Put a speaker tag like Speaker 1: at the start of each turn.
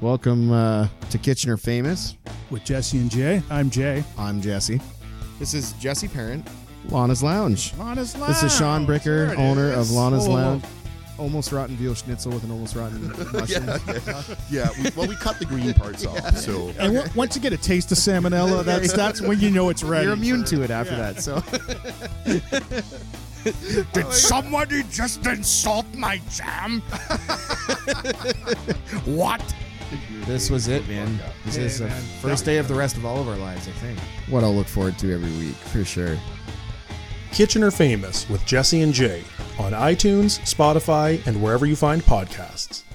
Speaker 1: Welcome uh, to Kitchener Famous.
Speaker 2: with Jesse and Jay. I'm Jay.
Speaker 1: I'm Jesse. This is Jesse Parent, Lana's Lounge.
Speaker 2: Lana's Lounge.
Speaker 1: This is Sean Bricker, owner of Lana's
Speaker 2: Whoa, whoa, whoa.
Speaker 1: Lounge. Almost rotten veal schnitzel with an almost rotten mushroom.
Speaker 3: Yeah, we, well, we cut the green parts off, so
Speaker 2: And on- once you get a taste of salmonella, that's that's when you know it's ready.
Speaker 1: You're immune to it after that. So
Speaker 4: Did somebody just insult my jam? what?
Speaker 1: this was it, man. This
Speaker 2: Hey,
Speaker 1: is the
Speaker 2: man.
Speaker 1: first day of the rest of all of our lives, I think. What I'll look forward to every week, for sure.
Speaker 5: Kitchener Famous with Jesse and Jay on iTunes, Spotify, and wherever you find podcasts.